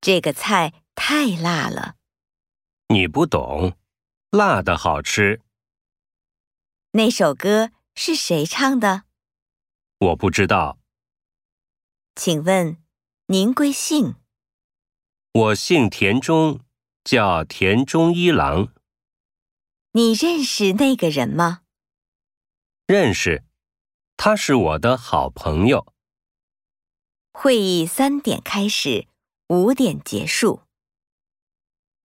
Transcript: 这个菜太辣了。你不懂，辣的好吃。那首歌是谁唱的？我不知道，请问您贵姓？我姓田中，叫田中一郎，你认识那个人吗？认识，他是我的好朋友。会议三点开始，五点结束。